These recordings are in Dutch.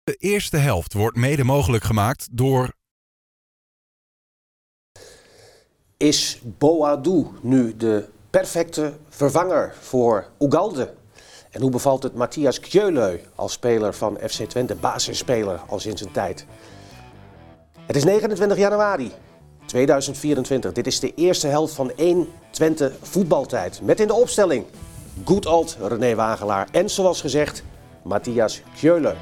De eerste helft wordt mede mogelijk gemaakt door Is Boadu nu de perfecte vervanger voor Ugalde? En hoe bevalt het Matthias Kjeuleu als speler van FC Twente, basisspeler al sinds een tijd? Het is 29 januari 2024. Dit is de eerste helft van 1 Twente voetbaltijd. Met in de opstelling Good Old René Wagelaar en zoals gezegd Matthias Kjeuleu.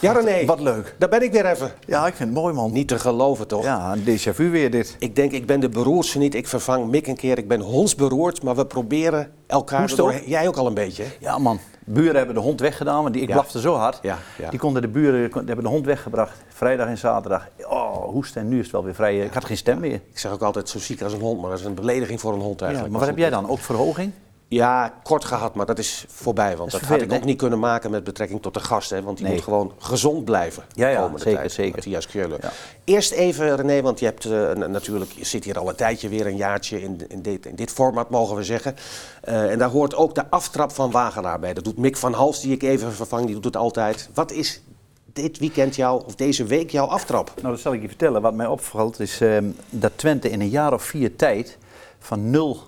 Ja, René. Wat leuk. Daar ben ik weer even. Ja, ik vind het mooi, man. Niet te geloven toch? Ja, een déjà vu weer dit. Ik denk, ik ben de beroerdste niet. Ik vervang Mick een keer. Ik ben hondsberoerd. Maar we proberen elkaar... Hoest erdoor- ook. Jij ook al een beetje. hè? Ja, man. Buren hebben de hond weggedaan, want die, ik Ja. blafte zo hard. Ja, ja. Die konden de buren kon- die hebben de hond weggebracht. Vrijdag en zaterdag. Oh, hoest en nu is het wel weer vrij. eh, Ik had geen stem meer. Ik zeg ook altijd zo ziek als een hond. Maar dat is een belediging voor een hond Ja, eigenlijk. maar wat heb jij dan? Ook verhoging? Ja, kort gehad. Maar dat is voorbij. Want dat, Dat is had ik vervelend, ook niet kunnen maken met betrekking tot de gast. Hè, want die Nee. moet gewoon gezond blijven. de Ja, ja, komende zeker, tijd. zeker. Matthias Keulen. Ja. Eerst even, René. Want je hebt eh, na- natuurlijk... Je zit hier al een tijdje weer. Een jaartje in, in, dit, in dit format, mogen we zeggen. Eh, en daar hoort ook de aftrap van Wagenaar bij. Dat doet Mick van Hals, die ik even vervang. Die doet het altijd. Wat is... Dit weekend jouw, of deze week jouw aftrap. Nou, dat zal ik je vertellen. Wat mij opvalt is ehm, dat Twente in een jaar of vier tijd van nul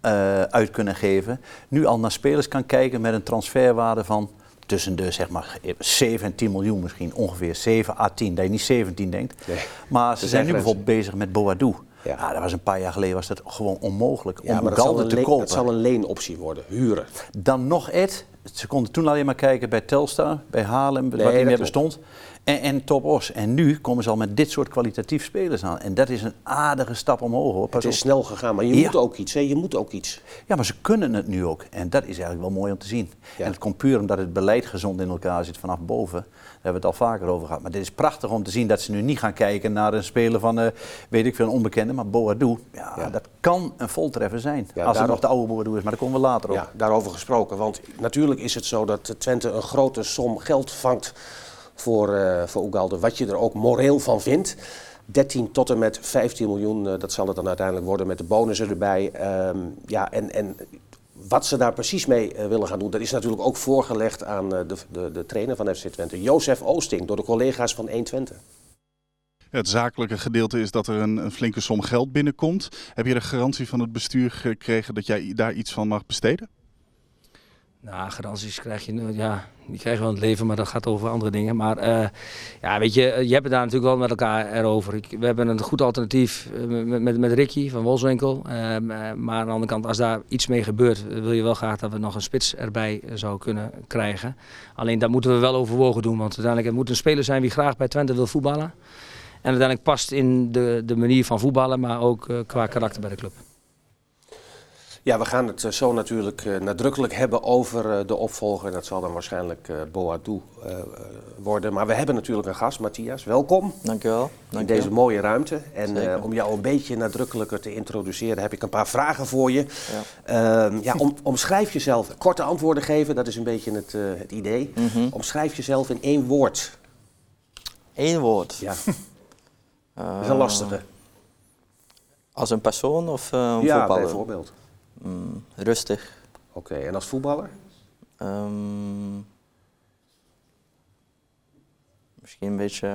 eh, uit kunnen geven. Nu al naar spelers kan kijken met een transferwaarde van tussen de zeg maar 7 en 10 miljoen misschien. Ongeveer 7 à 10. Dat je niet 17 denkt. Nee, maar ze zijn zijn nu grenzen. bijvoorbeeld bezig met Boadu. Ja. Ja. dat was een paar jaar geleden was dat gewoon onmogelijk om dat zal, Galde een te leen- kopen. dat zal een leenoptie worden, huren. Dan nog Ed. Ze konden toen alleen maar kijken bij Telstar, bij Haarlem, Nee, wat niet dat meer klopt. bestond. En, en Top Os. En nu komen ze al met dit soort kwalitatief spelers aan. En dat is een aardige stap omhoog hoor. Pas Het is op. snel gegaan, maar je Ja. moet ook iets. Hè? Je moet ook iets. Ja, maar ze kunnen het nu ook. En dat is eigenlijk wel mooi om te zien. Ja. En het komt puur omdat het beleid gezond in elkaar zit vanaf boven. Daar hebben we het al vaker over gehad. Maar dit is prachtig om te zien dat ze nu niet gaan kijken naar een speler van, eh, weet ik veel, een onbekende. Maar Boadu, ja, Ja. dat kan een voltreffer zijn. Als daarom- het nog de oude Boadu is, maar daar komen we later op. Ja, daarover gesproken. Want natuurlijk is het zo dat Twente een grote som geld vangt voor, eh voor Ugalde. Wat je er ook moreel van vindt. 13 tot en met 15 miljoen, eh, dat zal het dan uiteindelijk worden met de bonussen erbij. Ehm, ja, en, en wat ze daar precies mee eh, willen gaan doen, dat is natuurlijk ook voorgelegd aan eh, de, de, de trainer van FC Twente, Jozef Oosting, door de collega's van 1 Twente. Het zakelijke gedeelte is dat er een, een flinke som geld binnenkomt. Heb je de garantie van het bestuur gekregen dat jij daar iets van mag besteden? Nou, garanties krijg je, nou, ja, die krijg je wel in het leven, maar dat gaat over andere dingen. Maar eh, ja, weet je, eh, je hebt het daar natuurlijk wel met elkaar erover. Ik, we hebben een goed alternatief eh, met, met, met Ricky van Wolfswinkel. Ehm, eh, maar aan de andere kant, als daar iets mee gebeurt, eh, wil je wel graag dat we nog een spits erbij eh, zouden kunnen krijgen. Alleen dat moeten we wel overwogen doen, want uiteindelijk het moet een speler zijn die graag bij Twente wil voetballen. En uiteindelijk past in de, de manier van voetballen, maar ook eh, qua karakter bij de club. Ja, we gaan het eh, zo natuurlijk eh, nadrukkelijk hebben over eh, de opvolger. En dat zal dan waarschijnlijk eh Boadu eh, eh, worden. Maar we hebben natuurlijk een gast, Matthias. Welkom Dankjewel. in dankjewel. deze mooie ruimte. En eh, Zeker. om jou een beetje nadrukkelijker te introduceren, heb ik een paar vragen voor je. Ehm, ja, om, omschrijf jezelf. Korte antwoorden geven, dat is een beetje het, eh, het idee. Mhm. Omschrijf jezelf in één woord. Eén woord. Ja, Eh, dat is een lastige. Als een persoon of eh, een ja, voetballer? bijvoorbeeld. Mm, rustig. Oké, en als voetballer? Ehm, misschien een beetje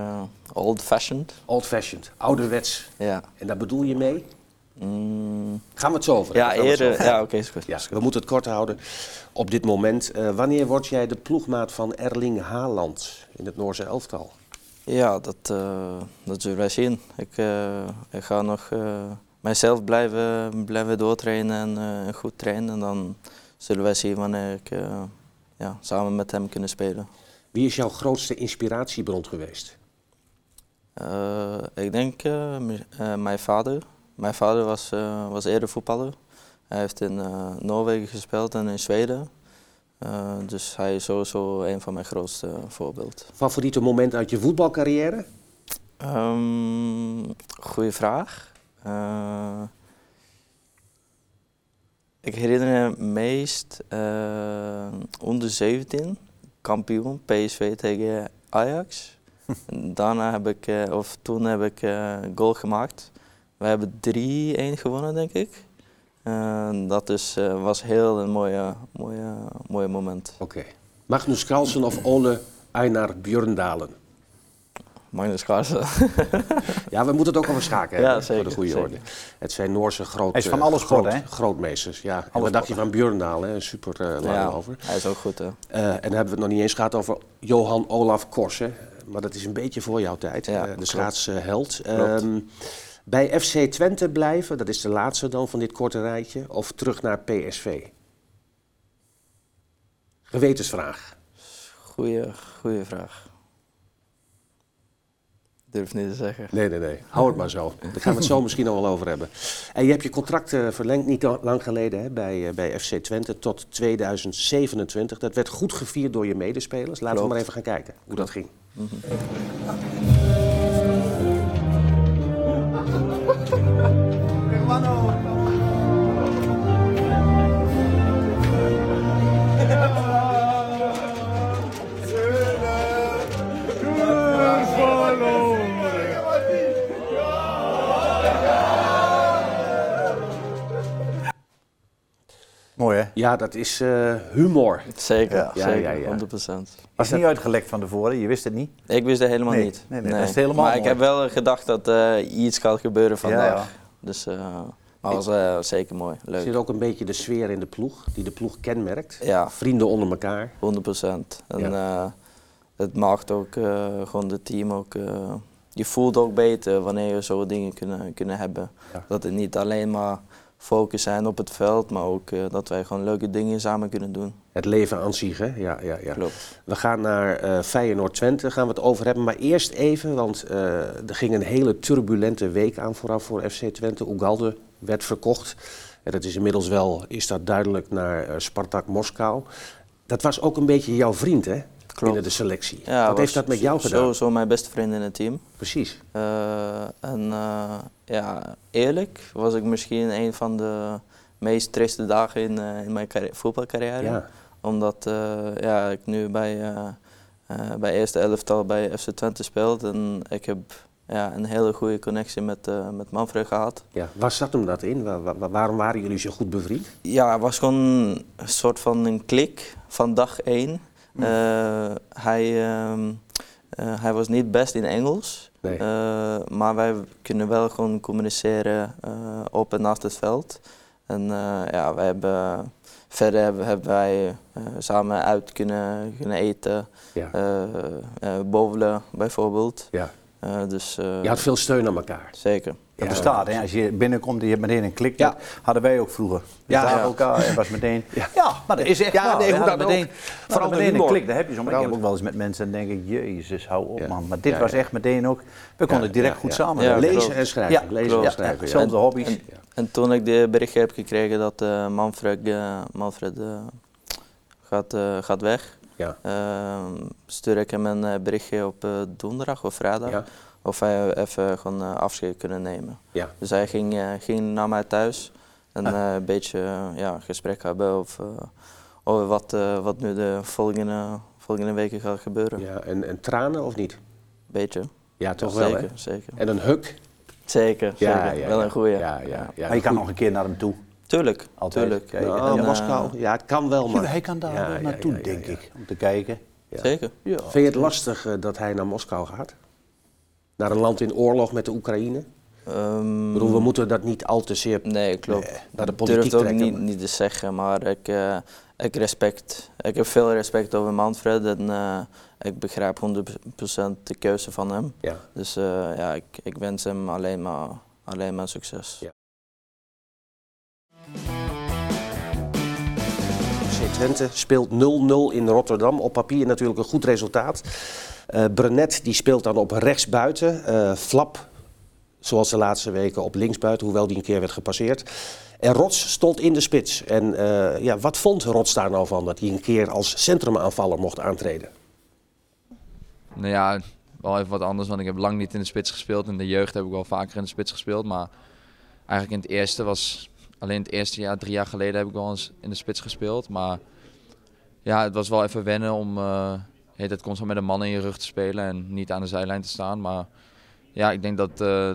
old-fashioned. Old-fashioned, ouderwets. Ja. En daar bedoel je mee? Mm, Gaan we het zo over ja, hebben, gaan we het zo over eerder. Ja, oké, is goed. Ja, we moeten het kort houden op dit moment. Eh, wanneer word jij de ploegmaat van Erling Haaland in het Noorse elftal? Ja, dat, eh, dat zullen wij zien. Ik, eh, ik ga nog eh, mijzelf blijven, blijven doortrainen en eh, goed trainen. En dan zullen wij zien wanneer ik eh, ja, samen met hem kunnen spelen. Wie is jouw grootste inspiratiebron geweest? Eh, ik denk eh, mi- eh, mijn vader. Mijn vader was, eh, was eerder voetballer. Hij heeft in eh, Noorwegen gespeeld en in Zweden. Eh, dus hij is sowieso een van mijn grootste eh, voorbeeld. Favoriete moment uit je voetbalcarrière? Ehm goeie vraag. Eh, ik herinner me meest eh, onder 17, kampioen PSV tegen Ajax. En Daarna heb ik, eh, of toen heb ik eh, goal gemaakt. We hebben 3-1 gewonnen, denk ik. En dat is, eh, was heel een mooie, mooie, mooie moment. Oké. Magnus Carlsen of Ole Einar Björndalen? Magnus Carlsen. Ja, we moeten het ook over schaken hebben, Ja, hè, voor zeker, de goede zeker. orde. Het zijn Noorse groot, Hij is van eh, alle sporten, groot- hè? grootmeesters. Ja. En wat dacht je van Björndalen, hè? super eh lang over. hij is ook goed, hè? Eh, en dan hebben we het nog niet eens gehad over Johan Olaf Korsen. Maar dat is een beetje voor jouw tijd, Ja, eh, de klopt. schaatsheld. Klopt. Ehm, bij FC Twente blijven, dat is de laatste dan van dit korte rijtje. Of terug naar PSV? Gewetensvraag. Goeie, goeie vraag. Durf niet te zeggen. Nee, nee, nee. Hou het maar zo. Daar gaan we het zo misschien nog wel over hebben. En je hebt je contract eh, verlengd niet al- lang geleden hè, bij, eh, bij FC Twente tot 2027. Dat werd goed gevierd door je medespelers. Laten we Klopt. maar even gaan kijken hoe dat ging. Mooi hè? Ja, dat is eh, humor. Zeker, Ja, ja, zeker, ja, ja. 100%. Was het niet uitgelekt van tevoren, je wist het niet. Ik wist dat helemaal Nee, niet. nee, nee, dat is helemaal maar ik mooi. heb wel gedacht dat eh, iets gaat gebeuren vandaag. ja. Dus, eh, maar het was eh, zeker mooi, Er leuk. 100%. zit ook een beetje de sfeer in de ploeg, die de ploeg kenmerkt. Ja. Vrienden onder elkaar. En eh, het maakt ook eh, gewoon het team ook. eh, je voelt ook beter wanneer je zo dingen kunnen, kunnen hebben. Dat het niet alleen maar focus zijn op het veld, maar ook eh, dat wij gewoon leuke dingen samen kunnen doen. Het leven aan zich, hè? Ja, ja, ja. Klopt. We gaan naar eh Feyenoord Twente, gaan we het over hebben. Maar eerst even, want eh, er ging een hele turbulente week aan vooraf voor FC Twente. Ugalde werd verkocht. En dat is inmiddels wel, is dat duidelijk, naar eh, Spartak Moskou. Dat was ook een beetje jouw vriend, hè? Binnen de selectie. Wat was heeft dat met jou gedaan? Sowieso mijn beste vriend in het team. Precies. Eh, en eh, ja, eerlijk was ik misschien een van de meest triste dagen in, eh, in mijn carri- voetbalcarrière. Ja. Omdat eh, ja, ik nu bij, eh, eh, bij eerste elftal bij FC Twente speel. En ik heb ja, een hele goede connectie met, eh, met Manfred gehad. Ja. Waar zat hem dat in? Wa- wa- wa- waarom waren jullie zo goed bevriend? Ja, het was gewoon een soort van een klik van dag één. Mm. Eh, hij, ehm, eh, hij was niet best in Engels, Nee. Eh, maar wij kunnen wel gewoon communiceren eh, op en naast het veld. En eh, ja, wij hebben, verder hebben, hebben wij eh, samen uit kunnen, kunnen eten, Ja. eh eh, bowlen bijvoorbeeld. ja. Eh, dus, eh, Je had veel steun aan elkaar. Zeker. Dat Ja. bestaat, hè? als je binnenkomt en je hebt meteen een klik. Ja. Dat hadden wij ook vroeger. We Ja. zagen Ja. elkaar en was meteen. Ja. maar dat is echt Ja, waar. nee, We hoe hadden dan meteen, ook. we hadden Vooral meteen een humor. klik, daar heb je zomaar. Ik Vooral heb ook het- wel eens met mensen en denk ik, jezus, hou op Ja. man. Maar dit Ja, was ja. echt meteen ook, we konden direct Ja, ja. goed samen. Ja, werken. lezen klopt. en schrijven. Ja, lezen klopt. en Ja, schrijven. ja. Hetzelfde hobby's. En, en toen ik de berichtje heb gekregen dat eh, Manfred, eh, Manfred eh, gaat, eh, gaat weg, Ja. ehm, stuur ik hem een eh, berichtje op eh, donderdag of vrijdag Ja. of hij even gewoon eh, afscheid kunnen nemen. Ja. Dus hij ging, eh, ging naar mij thuis en Ah. eh, een beetje eh, ja, gesprek hebben over, eh, over wat, eh, wat nu de volgende, volgende weken gaat gebeuren. Ja, en, en tranen of niet? Beetje. Ja, toch wel, zeker, hè? zeker. En een huk. Zeker, zeker. wel een goeie. Ja, ja, ja. Maar je kan nog een keer naar hem toe. Tuurlijk, Altijd. tuurlijk. Kijk, Oh, en dan- eh, Moskou. Ja, het kan wel, maar... Hij kan daar Ja, wel ja, naartoe, ja, ja, denk ja. ik, om te kijken. Ja. Zeker. Vind je het lastig eh, dat hij naar Moskou gaat? Naar een land in oorlog met de Oekraïne? Ik Ehm, bedoel, we moeten dat niet al te zeer... nee, klopt. Nee, naar de Ik politiek durf het ook trekken, niet, maar- niet te zeggen, maar ik, eh, ik respect. Ik heb veel respect over Manfred en eh, ik begrijp 100% de keuze van hem. Ja. Dus eh, ja, ik, ik wens hem alleen maar, alleen maar succes. Ja. FC Twente speelt 0-0 in Rotterdam. Op papier natuurlijk een goed resultaat. Eh Brenet die speelt dan op rechtsbuiten. Eh Flap, zoals de laatste weken, op linksbuiten, hoewel die een keer werd gepasseerd. En Rots stond in de spits. En eh, ja, wat vond Rots daar nou van dat hij een keer als centrumaanvaller mocht aantreden? Nou ja, wel even wat anders, want ik heb lang niet in de spits gespeeld. In de jeugd heb ik wel vaker in de spits gespeeld. Maar eigenlijk in het eerste was, alleen het eerste jaar, drie jaar geleden heb ik wel eens in de spits gespeeld. Maar ja, het was wel even wennen om, eh heet het constant met een man in je rug te spelen en niet aan de zijlijn te staan. Maar ja, ik denk dat eh,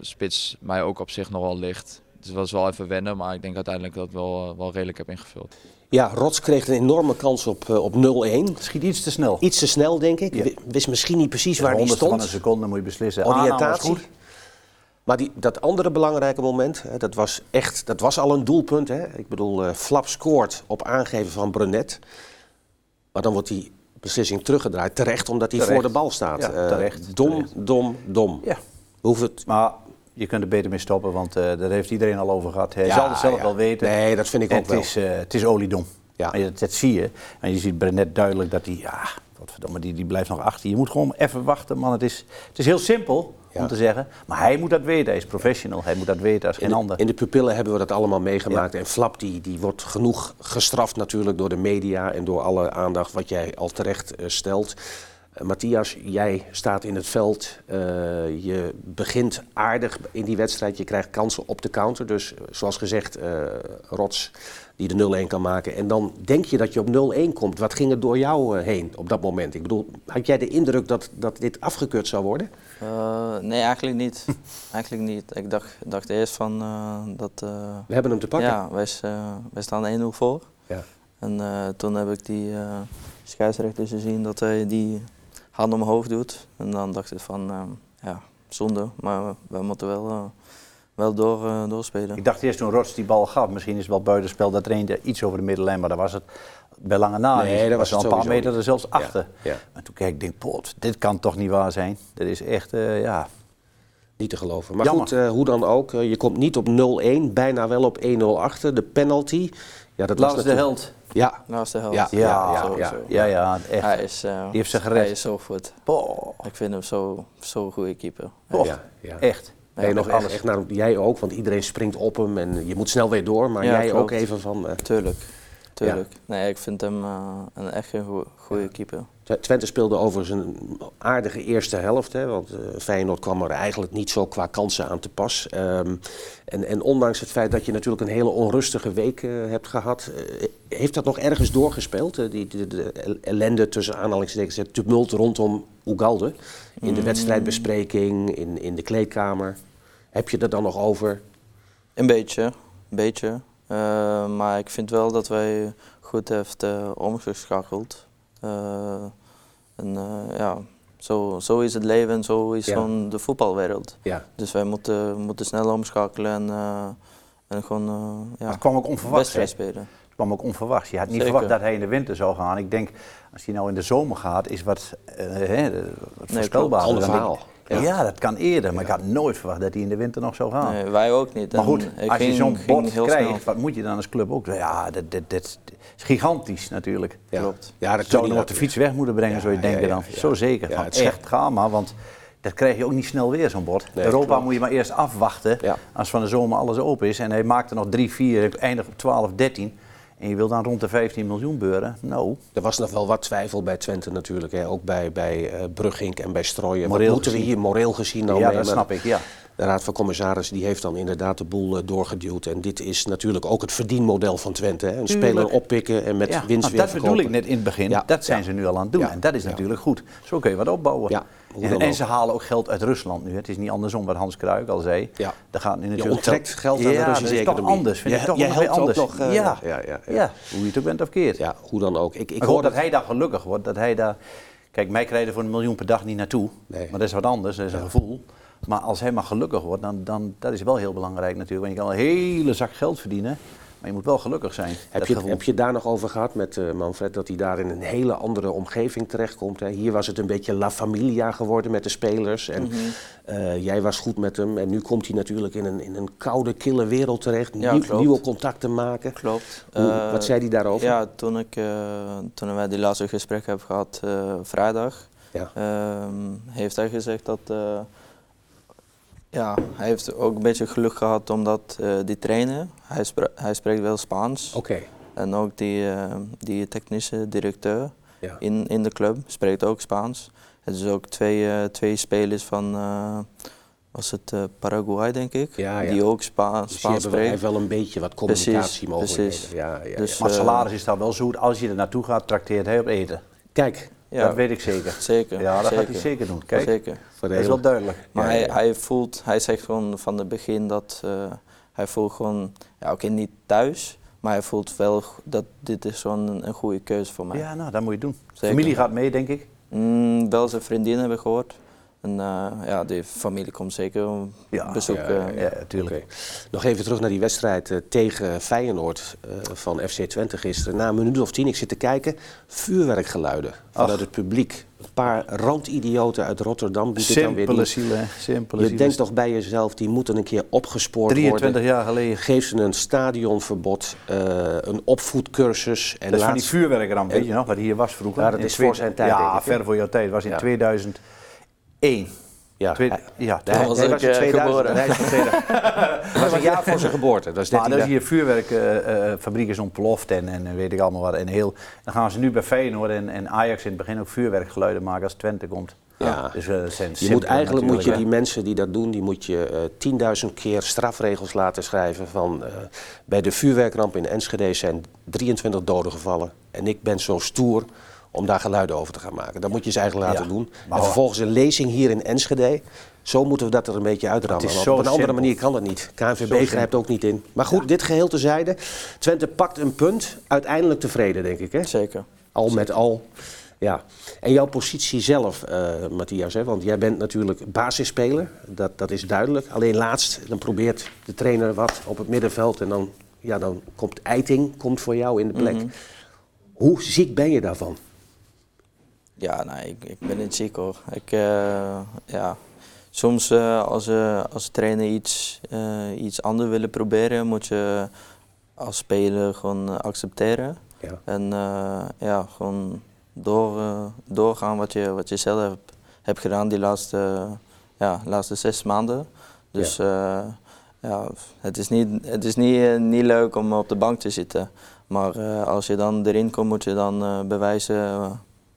spits mij ook op zich nog wel ligt. Dus het was wel even wennen, maar ik denk uiteindelijk dat ik wel, eh, wel redelijk heb ingevuld. Ja, Rots kreeg een enorme kans op, eh, op 0-1. Schiet iets te snel. Iets te snel, denk ik. Ja. Wi- Wist misschien niet precies Een waar die honderdste stond. van een seconde moet je beslissen. Aanname was Oriëntatie. goed. Maar die, dat andere belangrijke moment, hè, dat was echt, dat was al een doelpunt. Hè. Ik bedoel, eh, Flap scoort op aangeven van Brunet. Maar dan wordt die beslissing teruggedraaid. Terecht, omdat hij Terecht. voor de bal staat. Ja, Eh, terecht, dom, terecht. dom, dom. Ja. We hoeven het... Maar je kunt er beter mee stoppen, want eh, daar heeft iedereen al over gehad. Hij Ja, zal het zelf ja. wel weten. Nee, dat vind ik En ook het, wel. Is, eh, het is oliedom. Ja. Ja. Dat, dat zie je. En je ziet Brenet duidelijk dat hij, ja, wat verdomme, die, die blijft nog achter. Je moet gewoon even wachten, man. Het is, het is heel simpel Ja. om te zeggen. Maar hij moet dat weten. Hij is professional. Hij moet dat weten als In geen de, ander. in de pupillen hebben we dat allemaal meegemaakt. En Flap die, die wordt genoeg gestraft natuurlijk door de media en door alle aandacht wat jij al terecht eh, stelt. Eh, Matthias, jij staat in het veld. Eh, je begint aardig in die wedstrijd. Je krijgt kansen op de counter. Dus eh, zoals gezegd, eh, Rots die de 0-1 kan maken. En dan denk je dat je op 0-1 komt. Wat ging er door jou eh, heen op dat moment? Ik bedoel, had jij de indruk dat, dat dit afgekeurd zou worden? Eh, nee, eigenlijk niet. eigenlijk niet. Ik dacht, dacht eerst van eh, dat. eh, We hebben hem te pakken. ja, wij, s- eh, wij staan 1-0 voor. Ja. En eh, toen heb ik die eh scheidsrechter gezien dat hij die hand omhoog doet. En dan dacht ik van eh, ja, zonde, maar we, we moeten wel, eh, wel door, eh, doorspelen. Ik dacht eerst toen Rots die bal gaf, misschien is het wel buitenspel. Dat er eentje iets over de middenlijn, maar dat was het bij lange na. Nee, niet. dat Het was wel het een paar sowieso meter niet. er zelfs achter. ja. Maar toen keek ik, denk, pot, dit kan toch niet waar zijn? Dat is echt, eh, ja, Niet te geloven. Maar Jammer. goed, eh, hoe dan ook. eh, je komt niet op 0-1, bijna wel op 1-0 achter. De penalty. Ja, dat Lars was de natuurlijk- held. Ja, Nou is de helft. Ja, Ja, ja, ja, ja. ja, ja, echt. Hij is, eh, Die heeft ze gered. Hij is zo goed. Boah, Ik vind hem zo'n zo goede keeper. boah, ja, ja. echt. Ben je Ja, nog echt. alles. Echt naar, jij ook, want iedereen springt op hem en je moet snel weer door. Maar Ja, jij ook klopt. even van... eh, Tuurlijk. Tuurlijk. Nee, ik vind hem eh, een echt een goe- goede keeper. Tw- Twente speelde overigens een aardige eerste helft. Hè, want eh, Feyenoord kwam er eigenlijk niet zo qua kansen aan te pas. Ehm, en, en ondanks het feit dat je natuurlijk een hele onrustige week eh, hebt gehad. eh, heeft dat nog ergens doorgespeeld? eh, die, de, de el- ellende tussen aanhalingstekens, het tumult rondom Ugalde. In Mm. de wedstrijdbespreking, in, in de kleedkamer. Heb je er dan nog over? Een beetje, een beetje. Eh, maar ik vind wel dat wij goed heeft eh, omgeschakeld. Eh, en eh, ja, zo, zo is het leven en zo is Ja. gewoon de voetbalwereld. Ja. Dus wij moeten, moeten snel omschakelen en, eh, en gewoon eh, Maar ja, het kwam ook onverwachts. hè? wedstrijd Het spelen. kwam ook onverwachts. Je had niet Zeker. verwacht dat hij in de winter zou gaan. Ik denk, als hij nou in de zomer gaat, is wat, eh, hè, wat voorspelbaar. klopt. Ander Dan denk verhaal. ik- Ja. dat kan eerder. Maar ik had nooit verwacht dat hij in de winter nog zou gaan. Nee, wij ook niet. Ah. Maar En goed, ik als je ging- zo'n ging bot heel krijgt, snel. wat moet je dan als club ook? Ja, dit, dit, dit is gigantisch natuurlijk. Ja. Klopt. Ja, dat zou kun je je hem op de fiets weg moeten brengen, Ja, zou je ja, denken ja, dan. ja. Zo zeker. Ja, van het schept- echt, ga maar, want dat krijg je ook niet snel weer, zo'n bord. Nee, Europa klopt. moet je maar eerst afwachten Ja. als van de zomer alles open is. En hij maakt er nog drie, vier, eindigt op 12, 13. En je wil dan rond de 15 miljoen beuren. Nou, Er was nog wel wat twijfel bij Twente natuurlijk. Hè? Ook bij, bij eh Brugink en bij Strooien. Wat Moreel moeten we gezien. hier moreel gezien nou ja, mee? dat Maar snap ik, ja. De Raad van Commissaris die heeft dan inderdaad de boel eh, doorgeduwd. En dit is natuurlijk ook het verdienmodel van Twente. Hè? Een speler oppikken en met ja winst want weer dat bedoel verkopen. ik net in het begin. Ja, Dat zijn ja. ze nu al aan het doen. Ja, En dat is ja. natuurlijk goed. Zo kun je wat opbouwen. Ja, hoe en, dan en ook. ze halen ook geld uit Rusland nu. Het is niet andersom wat Hans Kruik al zei. Ja. Daar gaat nu natuurlijk onttrekt geld aan de ja, dat Russische is economie. toch anders. Vind Je- ik toch je nog weer helpt ook anders. nog, eh, ja. ja, Ja, ja, ja. hoe je het ook bent of keert. Ja, hoe dan ook. Ik, ik Ik hoop hoorde dat hij daar gelukkig wordt. Dat hij daar... Kijk, mij krijgt er voor een miljoen per dag niet naartoe. Nee. Maar dat is wat anders, dat is een gevoel. Maar als hij maar gelukkig wordt, dan, dan dat is wel heel belangrijk natuurlijk. Want je kan een hele zak geld verdienen, maar je moet wel gelukkig zijn. Heb dat je, het- gevoel. heb je het daar nog over gehad met eh, Manfred, dat hij daar in een hele andere omgeving terechtkomt? Hè? Hier was het een beetje La Familia geworden met de spelers. En Mhm. eh, jij was goed met hem. En nu komt hij natuurlijk in een, in een koude, kille wereld terecht. Ja, Nieuw- klopt. nieuwe contacten maken. Klopt. Hoe- Eh, wat zei hij daarover? Ja, toen, ik, eh, toen wij die laatste gesprek hebben gehad eh, vrijdag, Ja. ehm, heeft hij gezegd dat eh, ja, hij heeft ook een beetje geluk gehad omdat eh, die trainer, hij, spra- hij spreekt wel Spaans Oké. en ook die, eh, die technische directeur Ja. in, in de club spreekt ook Spaans. Het is ook twee, eh, twee spelers van, eh, was het eh, Paraguay denk ik, Ja, ja. die ook Spa- Dus je Spaans hebt wel- hij spreken. heeft wel een beetje wat Precies, communicatiemogelijkheden. precies. Ja, ja, ja. Dus- Maar het eh, salaris is daar wel zoet. Als je er naartoe gaat, trakteert hij op eten. Kijk, Ja, Dat weet ik zeker. zeker. Ja, dat zeker. gaat hij zeker doen. Kijk, Zeker. Voor de dat hele- is wel duidelijk. Maar Ja, hij, ja, ja. hij voelt, hij zegt gewoon van het begin dat eh, hij voelt gewoon, ja oké, niet thuis, maar hij voelt wel g- dat dit is gewoon een, een goede keuze voor mij. Ja, nou, dat moet je doen. Zeker. Familie gaat mee, denk ik. Mm, wel zijn vriendin hebben we gehoord. En eh, ja, die familie komt zeker om Ja, bezoek. ja, eh. Ja, natuurlijk. Oké. Nog even terug naar die wedstrijd eh, tegen Feyenoord eh, van FC Twente gisteren. Na een minuut of tien, ik zit te kijken, vuurwerkgeluiden vanuit het publiek. Een paar randidioten uit Rotterdam die dit dan weer Simpele doen. ziel, hè. Simpele Je ziel. denkt toch bij jezelf, die moeten een keer opgespoord 23 worden. jaar geleden. Geef ze een stadionverbod, eh, een opvoedcursus. En Dat is van die laatst- vuurwerkramp, weet en- je nog, wat hier was vroeger. Ja, dat In is voor twee- zijn tijd, Ja, denk ik, hè? ver voor jouw tijd. was in Ja. 2001. ja, Twee- hij- ja, hij- Toen was hij ik, was in eh, 2000 geboren. en hij is van 2000. Dat was een jaar voor zijn geboorte. Dat is Maar 13 dat is jaar. hier vuurwerkfabriek is ontploft en, en weet ik allemaal wat. En heel, dan gaan ze nu bij Feyenoord en, en Ajax in het begin ook vuurwerkgeluiden maken als Twente komt. Ja. Dus eh, dat zijn Je moet simpele eigenlijk moet je natuurlijk, die hè. mensen die dat doen, die moet je eh, tienduizend keer strafregels laten schrijven van eh, bij de vuurwerkramp in Enschede zijn 23 doden gevallen en ik ben zo stoer om daar geluiden over te gaan maken. Dat moet je ze eigenlijk laten Ja, doen. maar en hoor. vervolgens een lezing hier in Enschede. Zo moeten we dat er een beetje uitrammen. is want zo op een andere simpel. manier kan dat niet. Zo KNVB simpel. grijpt ook niet in. Maar goed, dit geheel tezijde. Twente pakt een punt. Uiteindelijk tevreden, denk ik. Hè? Zeker. Al met al. Ja. En jouw positie zelf, eh, Matthias, hè? want jij bent natuurlijk basisspeler, dat, dat is duidelijk. Alleen laatst, dan probeert de trainer wat op het middenveld en dan, ja, dan komt Eiting komt voor jou in de Mhm. plek. Hoe ziek ben je daarvan? Ja, nee, ik, ik ben niet ziek hoor. Ik, eh, ja. Soms eh, als, eh, als trainer iets, eh, iets anders willen proberen, moet je als speler gewoon eh, accepteren. Ja. En eh, ja, gewoon door, eh, doorgaan wat je, wat je zelf hebt, hebt gedaan die laatste, ja, laatste zes maanden. Dus ja, ja het is, niet, het is niet, eh, niet leuk om op de bank te zitten. Maar eh, als je dan erin komt, moet je dan eh, bewijzen eh,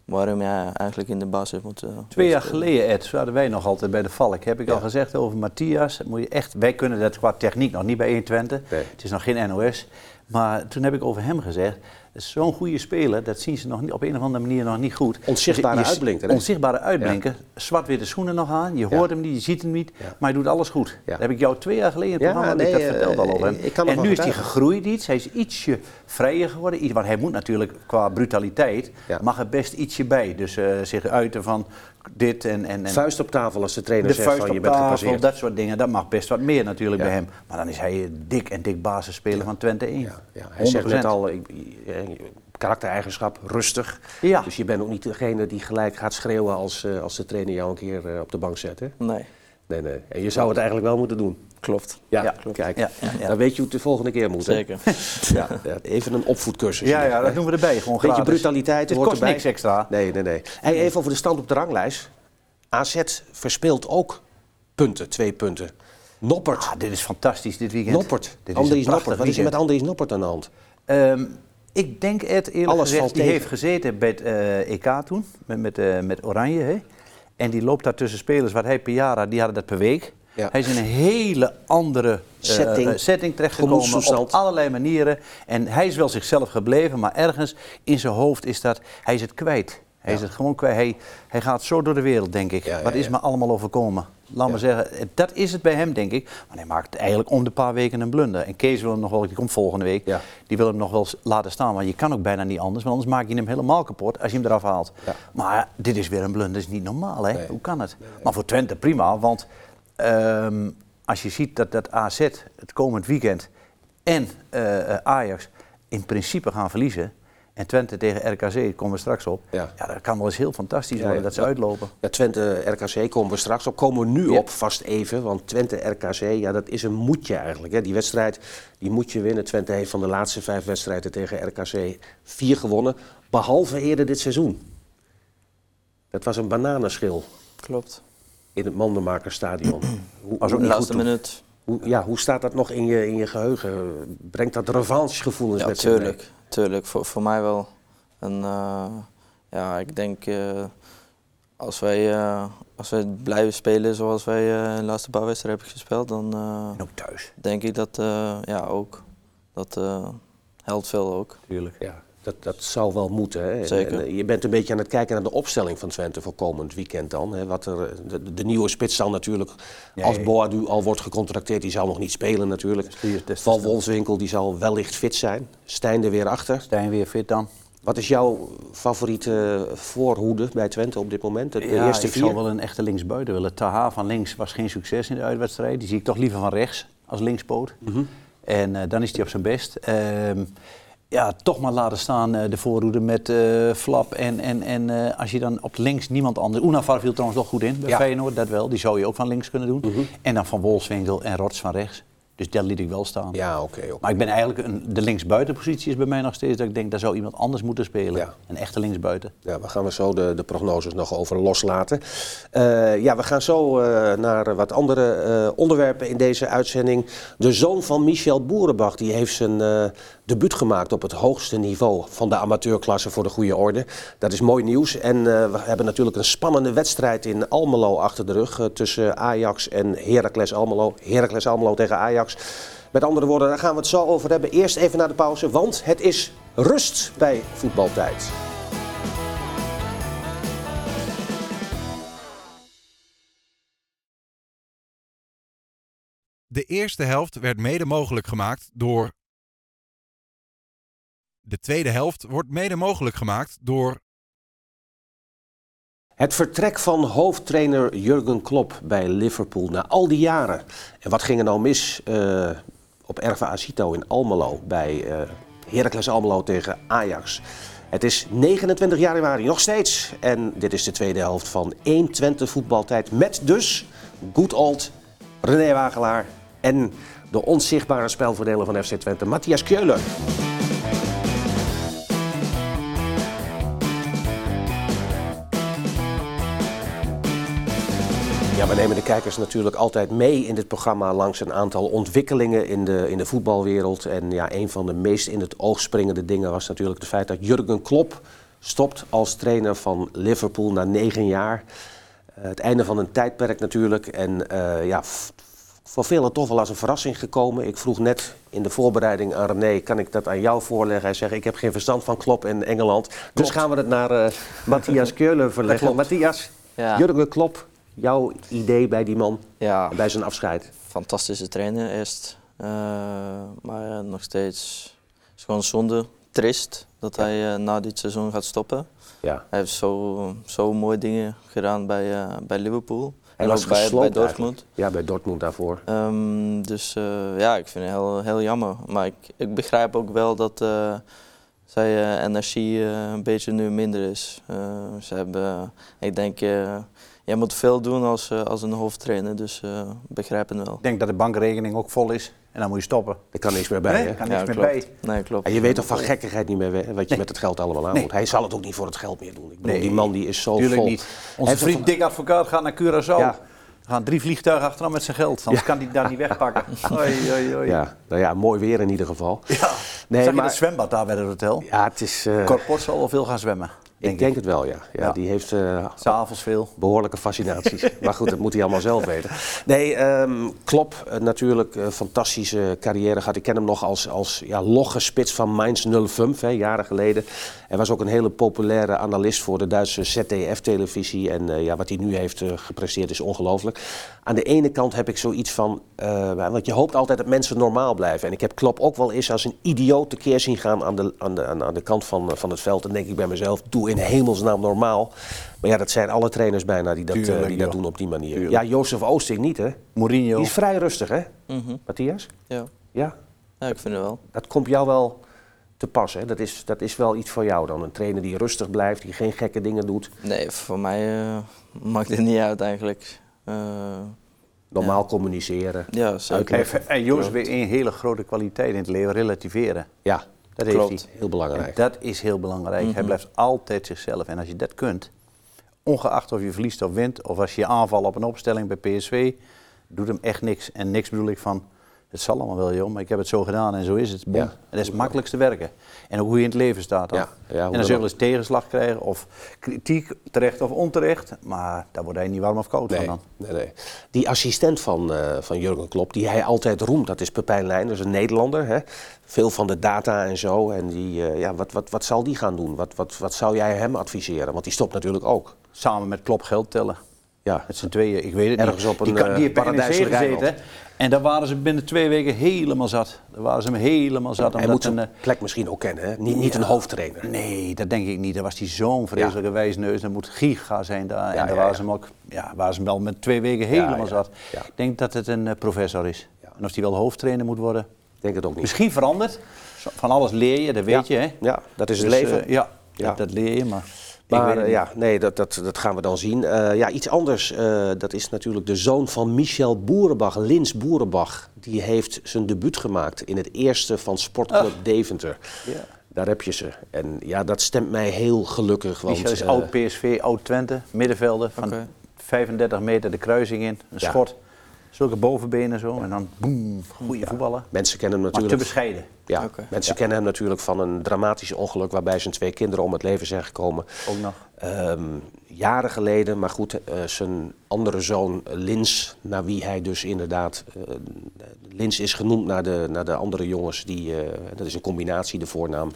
waarom jij eigenlijk in de basis moet. eh, Twee jaar spelen. geleden, Ed, zaten wij nog altijd bij de Valk. Heb ik al gezegd over Matthias. Moet je echt, wij kunnen dat qua techniek nog niet bij 120. Nee. Het is nog geen NOS. Maar toen heb ik over hem gezegd. dat is Zo'n goede speler, dat zien ze nog niet, op een of andere manier nog niet goed. Dus Onzichtbare Je- je- uitblinker, hè? Onzichtbare uitblinker. Zwart-witte schoenen nog aan. Je hoort hem niet, je ziet hem niet. Maar hij doet alles goed. Dat heb ik jou twee jaar geleden in het Ja, programma nee, dat eh, verteld al over hem. ik kan en ervan nu is hij getuigen. gegroeid iets. Hij is ietsje vrijer geworden. Iets, want hij moet natuurlijk qua brutaliteit, Ja. mag er best ietsje bij. Dus eh, zich uiten van dit en... en, en Vuist op tafel als de trainer de zegt vuist van je op bent tafel, gepasseerd. dat soort dingen. Dat mag best wat meer natuurlijk bij hem. Maar dan is hij een dik en dik basisspeler van Twente 1. Ja, ja. Hij zegt 100%. net al, ik, eh, karaktereigenschap, rustig. Ja. Dus je bent ook niet degene die gelijk gaat schreeuwen als, eh, als de trainer jou een keer eh, op de bank zet. Hè? Nee, Nee, nee. En je zou het eigenlijk wel moeten doen. klopt. Ja, Ja, klopt. klopt. kijk. Ja, ja, ja. Dan weet je hoe het de volgende keer moet. hè? Zeker. Ja, ja, even een opvoedcursus. Ja, ja, dat doen we erbij. Gewoon Beetje gratis. brutaliteit Het hoort kost erbij. niks extra. Nee, nee, nee. Hey, even over de stand op de ranglijst. AZ verspeelt ook punten, twee punten. Noppert. Ah, dit is fantastisch dit weekend. Noppert. Dit is Andries een prachtig Noppert. Wat is er weekend. met Andries Noppert aan de hand? Ehm, ik denk Ed, eerlijk Alles valt gezegd, die tegen. heeft gezeten bij het eh, EK toen, met, met, eh, met Oranje. Hè? En die loopt daar tussen spelers, wat hij per jaar had, die hadden dat per week. Ja. Hij is in een hele andere eh, Setting. eh, setting terechtgekomen, op Gemoedstoestand. allerlei manieren. En hij is wel zichzelf gebleven, maar ergens in zijn hoofd is dat, hij is het kwijt. Hij is het gewoon kwijt. Hij, hij gaat zo door de wereld, denk ik. Ja, ja, wat is ja. me allemaal overkomen? Laat maar zeggen, dat is het bij hem, denk ik. Maar hij maakt eigenlijk om de paar weken een blunder. En Kees wil hem nog wel, die komt volgende week. Ja. Die wil hem nog wel eens laten staan, want je kan ook bijna niet anders. Want anders maak je hem helemaal kapot als je hem eraf haalt. Ja. Maar dit is weer een blunder, dat is niet normaal. Hè? Nee. Hoe kan het? Maar voor Twente prima, want ehm, als je ziet dat, dat AZ het komend weekend en eh, eh, Ajax in principe gaan verliezen... en Twente tegen RKC komen we straks op... Ja. Ja. dat kan wel eens heel fantastisch Ja, worden ja. dat ze uitlopen. Ja, Twente RKC komen we straks op. Komen we nu Ja. op vast even. Want Twente RKC, ja, dat is een moetje eigenlijk. Hè. Die wedstrijd die moet je winnen. Twente heeft van de laatste vijf wedstrijden tegen RKC vier gewonnen. Behalve eerder dit seizoen. Dat was een bananenschil Klopt. in het Mandenmakerstadion. Hoe, Was ook hoe- niet Laatste goed toen. minuut. hoe- ja, hoe staat dat nog in je, in je geheugen? Brengt dat revanchegevoelens Ja, met zich mee? tuurlijk. Tuurlijk, voor, voor mij wel. En eh, ja, ik denk eh, als, wij, eh, als wij blijven spelen zoals wij eh, de laatste paar wedstrijden hebben gespeeld, dan eh, En ook thuis, denk ik dat eh, ja, ook. Dat eh, helpt veel ook. natuurlijk. Ja. Dat, dat zou wel moeten. Hè? En- Zeker. en, eh, je bent een beetje aan het kijken naar de opstelling van Twente voor komend weekend dan. Hè? Wat er, eh, de, de nieuwe spits zal natuurlijk, als Boadu al wordt gecontracteerd, die zal nog niet spelen natuurlijk. Dus die is des te Van snel. Wolfswinkel die zal wellicht fit zijn. Stijn er weer achter. Stijn weer fit dan. Wat is jouw favoriete voorhoede bij Twente op dit moment? De, de ja, eerste ik vier? zou wel een echte linksbuiten willen. Taha van links was geen succes in de uitwedstrijd. Die zie ik toch liever van rechts als linkspoot. Mhm. En eh, dan is hij op zijn best. Ehm, ja, toch maar laten staan eh, de voorhoede met eh, Flap. En, en, en eh, als je dan op links niemand anders... Unavar viel trouwens wel goed in bij Ja. Mhm. Feyenoord, dat wel. Die zou je ook van links kunnen doen. En dan van Wolfswinkel en Rots van rechts. Dus dat liet ik wel staan. Ja, oké. oké. Maar ik ben eigenlijk een, de linksbuitenpositie is bij mij nog steeds dat ik denk, daar zou iemand anders moeten spelen. Ja. Een echte linksbuiten. Ja, we gaan er zo de, de prognoses nog over loslaten. Eh, ja, we gaan zo eh, naar eh, wat andere eh, onderwerpen in deze uitzending. De zoon van Michel Boerenbach die heeft zijn eh, debuut gemaakt op het hoogste niveau van de amateurklasse voor de goede orde. Dat is mooi nieuws. En eh, we hebben natuurlijk een spannende wedstrijd in Almelo achter de rug eh, tussen Ajax en Heracles Almelo. Heracles Almelo tegen Ajax. Met andere woorden, daar gaan we het zo over hebben. Eerst even naar de pauze, want het is rust bij voetbaltijd. De eerste helft werd mede mogelijk gemaakt door. De tweede helft wordt mede mogelijk gemaakt door. Het vertrek van hoofdtrainer Jurgen Klopp bij Liverpool na al die jaren. En wat ging er nou mis eh, op Erva Asito in Almelo bij eh Heracles Almelo tegen Ajax? Het is 29 januari nog steeds en dit is de tweede helft van 1 Twente voetbaltijd met dus good old René Wagelaar en de onzichtbare spelverdeler van FC Twente Matthias Keulen. Ja, we nemen de kijkers natuurlijk altijd mee in dit programma langs een aantal ontwikkelingen in de, in de voetbalwereld. En ja, een van de meest in het oog springende dingen was natuurlijk het feit dat Jurgen Klopp stopt als trainer van Liverpool na negen jaar. Eh, het einde van een tijdperk natuurlijk. En eh, ja, f- voor velen toch wel als een verrassing gekomen. Ik vroeg net in de voorbereiding aan René, kan ik dat aan jou voorleggen? Hij zegt, ik heb geen verstand van Klopp in Engeland. Dus gaan we het naar eh, Matthias Keulen verleggen. Matthias, Ja. Jurgen Klopp, jouw idee bij die man, Ja, bij zijn afscheid. fantastische trainer eerst. Eh, maar eh, nog steeds het is gewoon zonde, trist dat hij eh, na dit seizoen gaat stoppen. Ja. Hij heeft zo, zo mooie dingen gedaan bij, eh, bij Liverpool. Hij en was ook bij, bij gesloopt Dortmund. ja, bij Dortmund daarvoor. Ehm, dus eh, ja, ik vind het heel, heel jammer. Maar ik, ik begrijp ook wel dat eh zij eh, energie eh, een beetje nu minder is. Eh, ze hebben, ik denk, eh jij moet veel doen als, eh, als een hoofdtrainer, dus eh, ik begrijp het wel. Ik denk dat de bankrekening ook vol is en dan moet je stoppen. Er kan niks meer bij, Nee, hè? kan Ja, niks meer klopt. bij. Nee, klopt. En je weet toch van gekkigheid niet meer we- wat je Nee. met het geld allemaal aan Nee. moet. Hij zal het ook niet voor het geld meer doen. Ik bedoel, Nee. die man die is zo Tuurlijk vol. niet. Hij Onze heeft vriend een- Dick Advocaat gaat naar Curaçao. Ja. Er Gaan drie vliegtuigen achteraan met zijn geld, anders kan hij het daar niet wegpakken. Oei, oei, oei. Ja, nou ja, mooi weer in ieder geval. Ja. Nee, Zag je maar- dat zwembad daar bij het hotel? Ja, het is... eh, Corport zal wel veel gaan zwemmen, ik denk ik. denk het wel, ja. ja, Ja. Die heeft eh, S'avonds veel. behoorlijke fascinaties. maar goed, dat moet hij allemaal zelf weten. Nee, ehm Klopp, eh, natuurlijk eh, fantastische carrière gehad. Ik ken hem nog als, als ja, logge spits van Mainz 05, hè, jaren geleden. Hij was ook een hele populaire analist voor de Duitse ZDF-televisie. En eh, ja, wat hij nu heeft eh, gepresteerd is ongelooflijk. Aan de ene kant heb ik zoiets van... eh, want je hoopt altijd dat mensen normaal blijven. En ik heb Klopp ook wel eens als een idioot tekeer zien gaan aan de, aan de, aan, aan de kant van, eh, van het veld. En denk ik bij mezelf, doe in hemelsnaam normaal. Maar ja, dat zijn alle trainers bijna die dat, eh, Tuurlijk, die dat joh. doen op die manier. Ja, Jozef Oosting niet, hè? Mourinho. Die is vrij rustig, hè, Mhm, Matthias? ja. Ja, ja, ik vind het wel. dat komt jou wel te pas, hè? Dat is, dat is wel iets voor jou dan. Een trainer die rustig blijft, die geen gekke dingen doet. Nee, voor mij eh, maakt het niet uit eigenlijk. Eh, Normaal communiceren. ja, zeker. Uitleg. En- En Joost weer een hele grote kwaliteit in het leven, relativeren. Ja, Dat Klopt. heeft hij. heel En belangrijk. dat is heel belangrijk. Mhm. Hij blijft altijd zichzelf. En als je dat kunt, ongeacht of je verliest of wint, of als je aanval op een opstelling bij PSV, doet hem echt niks. En niks bedoel ik van Het zal allemaal wel, joh, maar ik heb het zo gedaan en zo is het. Bon. Ja. En dat is het makkelijkste werken. En ook hoe je in het leven staat dan. Ja, ja, hoe en dan dan zullen ook. ze tegenslag krijgen of kritiek, terecht of onterecht. Maar daar wordt hij niet warm of koud van Nee, dan. nee, nee. Die assistent van, eh, van Jurgen Klopp, die hij altijd roemt, dat is Pepijn Lijn, dat is een Nederlander. Hè? Veel van de data en zo. En die, eh, ja, wat, wat, wat zal die gaan doen? Wat, wat, wat zou jij hem adviseren? Want die stopt natuurlijk ook. Samen met Klop geld tellen. Ja, Met z'n tweeën, ik weet het Ergens niet. op een, die, kan- die eh, heeft bij NEC paradijselijk gezeten. eiland. En daar waren ze binnen twee weken helemaal zat. Daar waren ze hem helemaal zat. hij omdat moet een, zijn eh, plek misschien ook kennen, hè? Niet, niet een hoofdtrainer. Nee, dat denk ik niet. Dat was die zo'n vreselijke wijsneus. Dat moet giga zijn daar. Ja, en daar ja, waren ja. ze hem ook, ja, waren ze hem wel met twee weken helemaal ja, zat. ja. Ik denk dat het een eh, professor is. Ja. En of die wel hoofdtrainer moet worden. Ik denk het ook niet. Misschien verandert. Zo- Van alles leer je, dat weet ja, je. Hè? Ja, dat is het Dus, leven. eh, ja, Ja. Dat, dat leer je, maar. ik weet Maar het eh, niet. ja, nee, dat, dat, dat gaan we dan zien. Eh, ja, iets anders, eh, dat is natuurlijk de zoon van Michel Boerenbach, Lins Boerenbach. Die heeft zijn debuut gemaakt in het eerste van Sportclub Deventer. Ja. Daar heb je ze. En ja, dat stemt mij heel gelukkig. Want, Michel is eh, oud PSV, oud Twente, middenvelder van Oké. 35 meter de kruising in, een Ja. schot, zulke bovenbenen zo en dan boem, goede voetballer. mensen kennen hem Maar te natuurlijk. bescheiden. ja, Oké. Mensen kennen hem natuurlijk van een dramatisch ongeluk waarbij zijn twee kinderen om het leven zijn gekomen. Ook nog. Ehm, jaren geleden, maar goed, eh, zijn andere zoon eh, Lins, naar wie hij dus inderdaad. eh, Lins is genoemd naar de, naar de andere jongens, die, eh, dat is een combinatie, de voornaam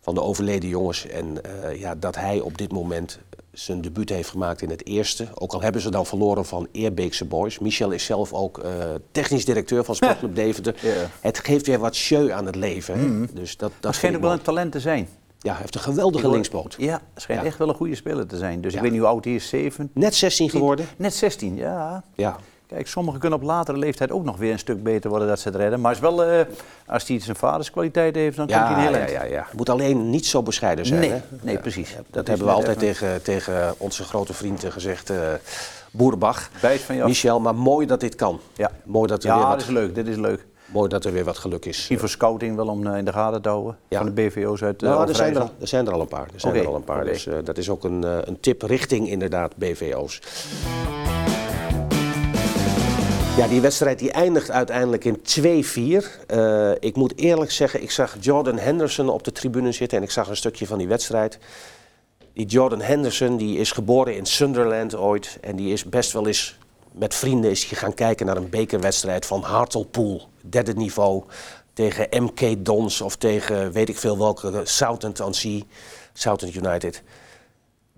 van de overleden jongens. En eh, ja, dat hij op dit moment zijn debuut heeft gemaakt in het eerste. Ook al hebben ze dan verloren van Eerbeekse Boys. Michel is zelf ook eh, technisch directeur van Sportclub Deventer. Ja. Mhm. Het geeft weer wat jeu aan het leven. hè. Dus dat, dat Dat vind schijnt ook ik wel mooi. een talent te zijn. Ja, hij heeft een geweldige linkspoot. Ja, schijnt Ja. echt wel een goede speler te zijn. Dus Ja. ik weet niet hoe oud hij is, 7? Net 16 geworden. Net 16, ja. Ja, Kijk, sommigen kunnen op latere leeftijd ook nog weer een stuk beter worden dat ze het redden. Maar is wel, eh, als hij zijn vaderskwaliteit heeft, dan kan hij een heel eind. ja, ja. Moet alleen niet zo bescheiden zijn. Nee, hè? nee, Ja. precies. Dat, Dat is hebben we net altijd tegen, tegen onze grote vriend eh, gezegd, eh Boerbach. Bijt van je af. Michel, maar mooi dat dit kan. Ja. Mooi, dat er weer Ja, wat, dit is leuk, dit is leuk. mooi dat er weer wat geluk is. Misschien voor scouting wel om eh, in de gaten te houden. Ja. Van de BVO's uit eh, Nou, er Overijssel. zijn er, er zijn er al een paar. Er zijn Oké, er al een paar. oké. Dus eh, dat is ook een, eh, een tip richting inderdaad BVO's. Ja, die wedstrijd die eindigt uiteindelijk in 2-4. Eh, ik moet eerlijk zeggen, ik zag Jordan Henderson op de tribune zitten en ik zag een stukje van die wedstrijd. Die Jordan Henderson die is geboren in Sunderland ooit en die is best wel eens met vrienden is hij gaan kijken naar een bekerwedstrijd van Hartlepool, derde niveau, tegen MK Dons of tegen weet ik veel welke, Southend on Sea, Southend United.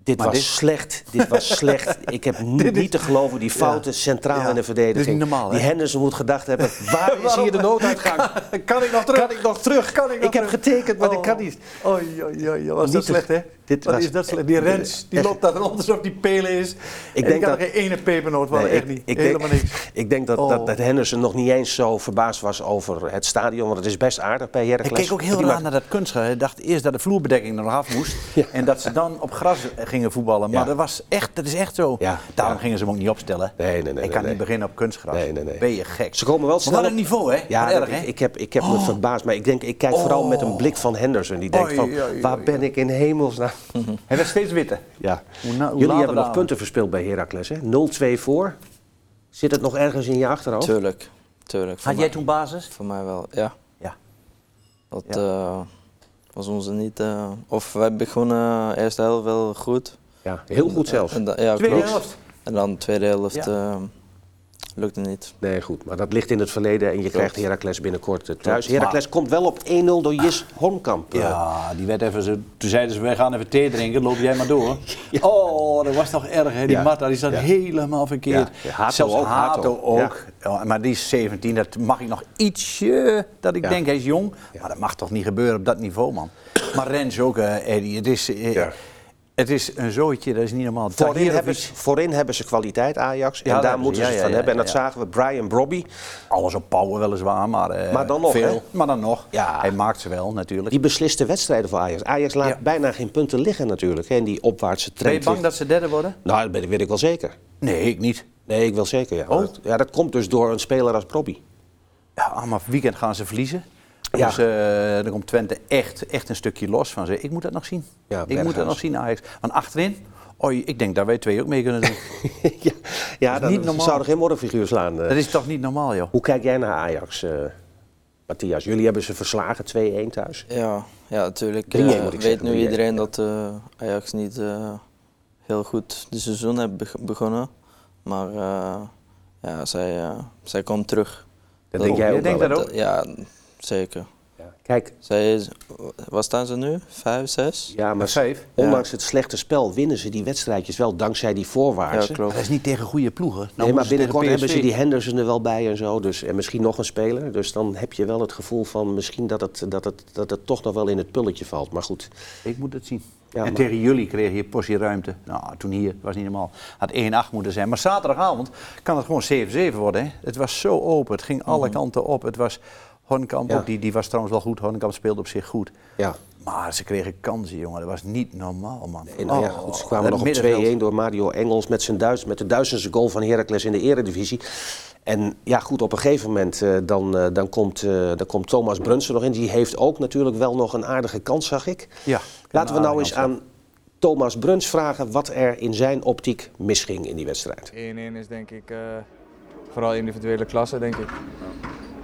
Dit Maar was dit- slecht, dit was slecht. Ik heb niet te geloven, die fouten centraal Ja. in de verdediging. Dat is niet normaal, hè? Die Henderson moet gedacht hebben, waar is hier Waarom? de nooduitgang? Kan ik nog terug? Kan ik nog terug? Kan ik nog Ik heb terug? getekend, maar Oh. ik kan niet. Oei, oei, oei, was Niet dat te- slecht, hè? dit Wat was- is dat slecht? Die Rens, die echt- loopt daar rond alsof die pelen is. Ik denk kan dat- er geen ene pepernoot van, Nee, echt niet. Helemaal denk, niks. Ik denk dat, Oh. dat, dat Henderson nog niet eens zo verbaasd was over het stadion, want het is best aardig bij Heracles. Ik keek ook heel Prima. raar naar dat kunstgras. Ik dacht eerst dat de vloerbedekking er nog af moest. En dat ze dan op gras gingen voetballen. Maar Ja. dat, was echt, dat is echt zo. Ja, Daarom ja. gingen ze hem ook niet opstellen. Nee, nee, nee, Ik nee, kan nee. niet beginnen op kunstgras. Nee, nee, nee. Ben je gek. Ze komen wel Maar snel Wat een op- niveau, hè? Ja, Wat dat- erg, hè? Oh. ik, ik heb, ik heb me verbaasd, maar ik denk, ik kijk vooral met een blik van Henderson. Die denkt Oei, van, oei, oei, waar oei. ben ik in hemelsnaam? Hij werd steeds witter. Ja. Hm. Hoe na- hoe Jullie later hebben nog dan? punten verspeeld bij Heracles, hè? 0-2 voor. Zit het nog ergens in je achterhoofd? Tuurlijk, tuurlijk. Voor, Had jij mij, toen basis? voor mij wel, ja. Ja. Dat Ja. eh, was onze niet... eh, of wij begonnen de eh, eerste helft wel goed. Ja, heel goed zelfs. En, dan- ja, Tweede klopt. helft. En dan de tweede helft Ja. eh, lukte niet. Nee, goed, maar dat ligt in het verleden en je krijgt Heracles binnenkort eh, thuis. Klopt, Heracles komt wel op 1-0 door Jis Hornkamp. eh. Ja, die werd even zo, toen zeiden ze, wij gaan even thee drinken, loop jij maar door. Oh, dat was toch erg, hè? die Ja. Matta, die zat Ja. helemaal verkeerd. Ja. Ja, Hato Zelfs ook, Hato, Hato. ook. Ja, maar die is 17, dat mag ik nog ietsje, dat ik Ja. denk, hij is jong. Maar dat mag toch niet gebeuren op dat niveau, man. Maar Rens ook, eh Eddie, het is, eh, Ja. het is een zooitje, dat is niet normaal. Voorin Tahirovic- hebben, ze, voorin hebben ze kwaliteit Ajax en Ja, dat daar hebben moeten ze. ze Ja, het ja, van ja, hebben. En dat ja. zagen we. Brian Brobby, Alles op pauwen weliswaar, maar, eh, Maar dan nog, veel. hè? Maar dan nog. Ja. Hij maakt ze wel, natuurlijk. die beslist de wedstrijden voor Ajax. Ajax laat Ja. bijna geen punten liggen natuurlijk. hè, En die opwaartse ben trend. je bang ligt- dat ze derde worden? Nou, dat ben- weet ik wel zeker. Nee, ik niet. Nee, ik wil zeker, ja. Oh. Dat, ja, dat komt dus door een speler als Brobby. Ja, maar weekend gaan ze verliezen. Ja. Dus eh dan komt Twente echt, echt een stukje los van ze. Ik moet dat nog zien. Ja, ik moet dat Berghuis. nog zien, Ajax. Want achterin, Oh, ik denk dat wij twee ook mee kunnen doen. ja, ja is dat niet normaal. zou er geen modderfiguur slaan. eh. dat is toch niet normaal, joh? Hoe kijk jij naar Ajax, eh, Matthias? Jullie hebben ze verslagen 2-1 thuis. Ja, ja natuurlijk. 3-1 eh, moet ik weet zeggen, nu 3-1, iedereen ja. dat eh, Ajax niet eh, heel goed de seizoen heeft beg- begonnen. Maar eh, ja, zij, eh, zij komt terug. Dat Dat denk ook. jij Jij ook Oh, denkt wel, hè? dat ook? Ja, zeker. Ja. Kijk, Zij is, waar staan ze nu? Vijf, zes? ja, maar vijf. ondanks het slechte spel winnen ze die wedstrijdjes wel dankzij die voorwaartsen. klopt. Dat is niet tegen goede ploegen. Nou nee, maar moeten ze binnenkort tegen hebben ze PSV. die Henderson er wel bij en zo. Dus, en misschien nog een speler. Dus dan heb je wel het gevoel van misschien dat het, dat het, dat het toch nog wel in het pulletje valt. Maar goed, Ik moet het zien. Ja, en maar- tegen jullie kreeg je portie ruimte. Nou, toen hier was niet normaal. Had 1-8 moeten zijn. Maar zaterdagavond kan het gewoon 7-7 worden. Hè? Het was zo open. Het ging alle kanten op. Het was Hornkamp Mhm. Ja. ook. Die, die was trouwens wel goed. Hornkamp speelde op zich goed. ja. Maar ze kregen kansen, jongen. Dat was niet normaal, man. En nou ja, Oh, goed, ze dat kwamen nog middenveld. op 2-1 door Mario Engels met, zijn Duits, met de duizendste goal van Heracles in de eredivisie. En ja, goed, op een gegeven moment eh, dan, eh, dan, komt, eh, dan komt Thomas Brunsen nog in. Die heeft ook natuurlijk wel nog een aardige kans, zag ik. Ja, Laten we een nou aardige eens kans, aan Thomas Bruns vragen wat er in zijn optiek misging in die wedstrijd. 1-1 is denk ik eh, vooral individuele klasse, denk ik.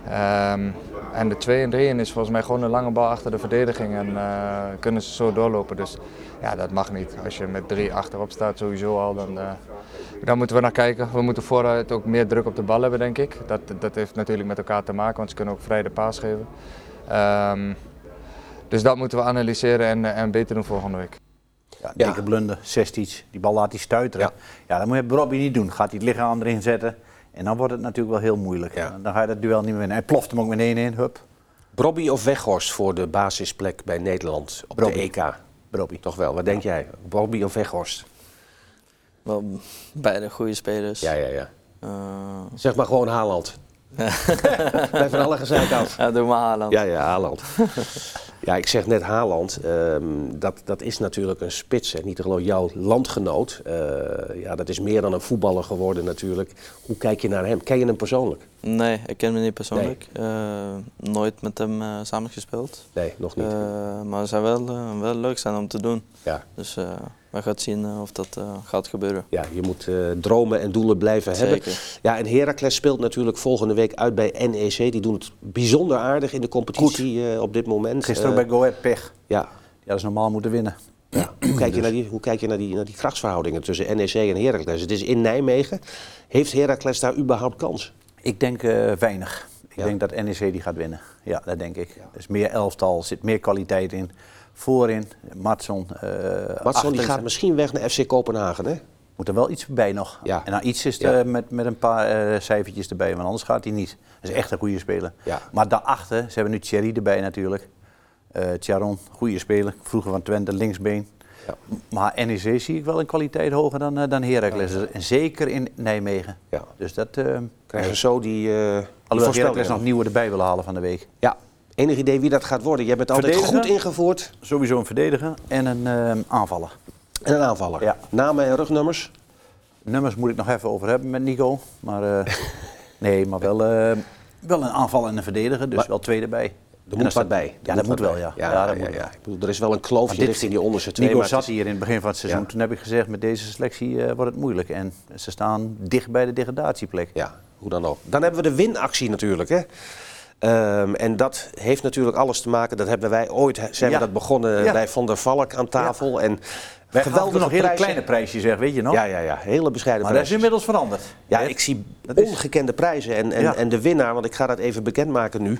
Ehm, en de 2 en 3-1 is volgens mij gewoon een lange bal achter de verdediging en eh, kunnen ze zo doorlopen. Dus ja, dat mag niet. Als je met 3 achterop staat sowieso al, dan, eh, dan moeten we naar kijken. We moeten vooruit ook meer druk op de bal hebben, denk ik. Dat, dat heeft natuurlijk met elkaar te maken, want ze kunnen ook vrij de paas geven. Ehm, dus dat moeten we analyseren en, eh, en beter doen volgende week. Ja, een Ja. dikke blunder, 16. Die bal laat hij stuiteren. Ja. dat moet Robbie niet doen. Gaat hij het lichaam erin zetten. En dan wordt het natuurlijk wel heel moeilijk. Ja. Dan ga je dat duel niet meer winnen. Hij ploft hem ook meteen in. Hup, Brobby of Weghorst voor de basisplek bij Nederland op Brobby. de EK? Robbie. Toch wel, wat denk jij? Brobby of Weghorst? Wel beide goede spelers. Ja, ja, ja. Eh, Zeg maar gewoon Haaland. Bij van alle gezeik af. ja, doe maar Haaland. Ja, ja, Haaland. ja, ik zeg net Haaland. ehm, dat, dat is natuurlijk een spits. En niet te geloven, jouw landgenoot. eh, ja, dat is meer dan een voetballer geworden natuurlijk. Hoe kijk je naar hem? Ken je hem persoonlijk? Nee, ik ken hem niet persoonlijk. Eh, nooit met hem eh, samengespeeld. Nee, nog niet. Eh, maar ze zijn wel, eh, wel leuk zijn om te doen. ja. Dus eh we gaan zien eh, of dat eh, gaat gebeuren. ja, je moet eh, dromen en doelen blijven hebben. Zeker. Ja, en Heracles speelt natuurlijk volgende week uit bij NEC. Die doen het bijzonder aardig in de competitie eh, op dit moment. Gisteren Eh, ook bij Dus- Go Ahead pech. Ja. Die hadden ze normaal moeten winnen. Ja. Hoe kijk je, naar die, hoe kijk je naar, die, naar die krachtsverhoudingen tussen NEC en Heracles? Het is in Nijmegen. Heeft Heracles daar überhaupt kans? Ik denk eh, weinig. Ik Ja. denk dat NEC die gaat winnen. Ja, dat denk ik. Dus meer elftal, zit meer kwaliteit in. Voorin, Matson. eh Matson die achterin. gaat misschien weg naar FC Kopenhagen, hè? Moet er wel iets bij nog. Ja. En dan iets is Ja. er met, met een paar eh, cijfertjes erbij, want anders gaat hij niet. Dat is echt een goede speler. Ja. Maar daarachter, ze hebben nu Thierry erbij natuurlijk. Eh Charon, goede speler. Vroeger van Twente, linksbeen. Ja. Maar NEC zie ik wel een kwaliteit hoger dan, eh, dan Heracles. En zeker in Nijmegen. Ja. Dus dat... eh Krijgen ze zo die, eh die Alhoewel voorspelling Heracles nog hebben. nieuwe erbij willen halen van de week. Ja, enig idee wie dat gaat worden. Jij bent altijd Verdediger? goed ingevoerd. Sowieso een verdediger en een eh, aanvaller. En een aanvaller. Ja. Namen en rugnummers. Nummers moet ik nog even over hebben met Nico. Maar eh, nee, maar wel, eh, wel een aanval en een verdediger, dus Maar- wel twee erbij. Er moet wat bij. Er Ja, dat wat moet wel, bij. ja. Ja, Ja, ja, dat ja, moet wel. Ik bedoel, er is wel een kloofje dit- richting die onderste twee. Nico maar het zat is- hier in het begin van het seizoen. Ja. Toen heb ik gezegd, met deze selectie eh, wordt het moeilijk. En ze staan dicht bij de degradatieplek. Ja, hoe dan ook. Dan hebben we de winactie natuurlijk, hè? Ehm, en dat heeft natuurlijk alles te maken. Dat hebben wij ooit zijn Ja. we dat begonnen Ja. bij Van der Valk aan tafel. En Wij geweldige gaven nog hele prijzen. kleine prijsjes, zeg, weet je nog? Ja, ja, ja. Hele bescheiden maar dat is prijzen. inmiddels veranderd. Ja, Hè? ik zie dat is- ongekende prijzen. En, en, Ja. en de winnaar, want ik ga dat even bekendmaken nu.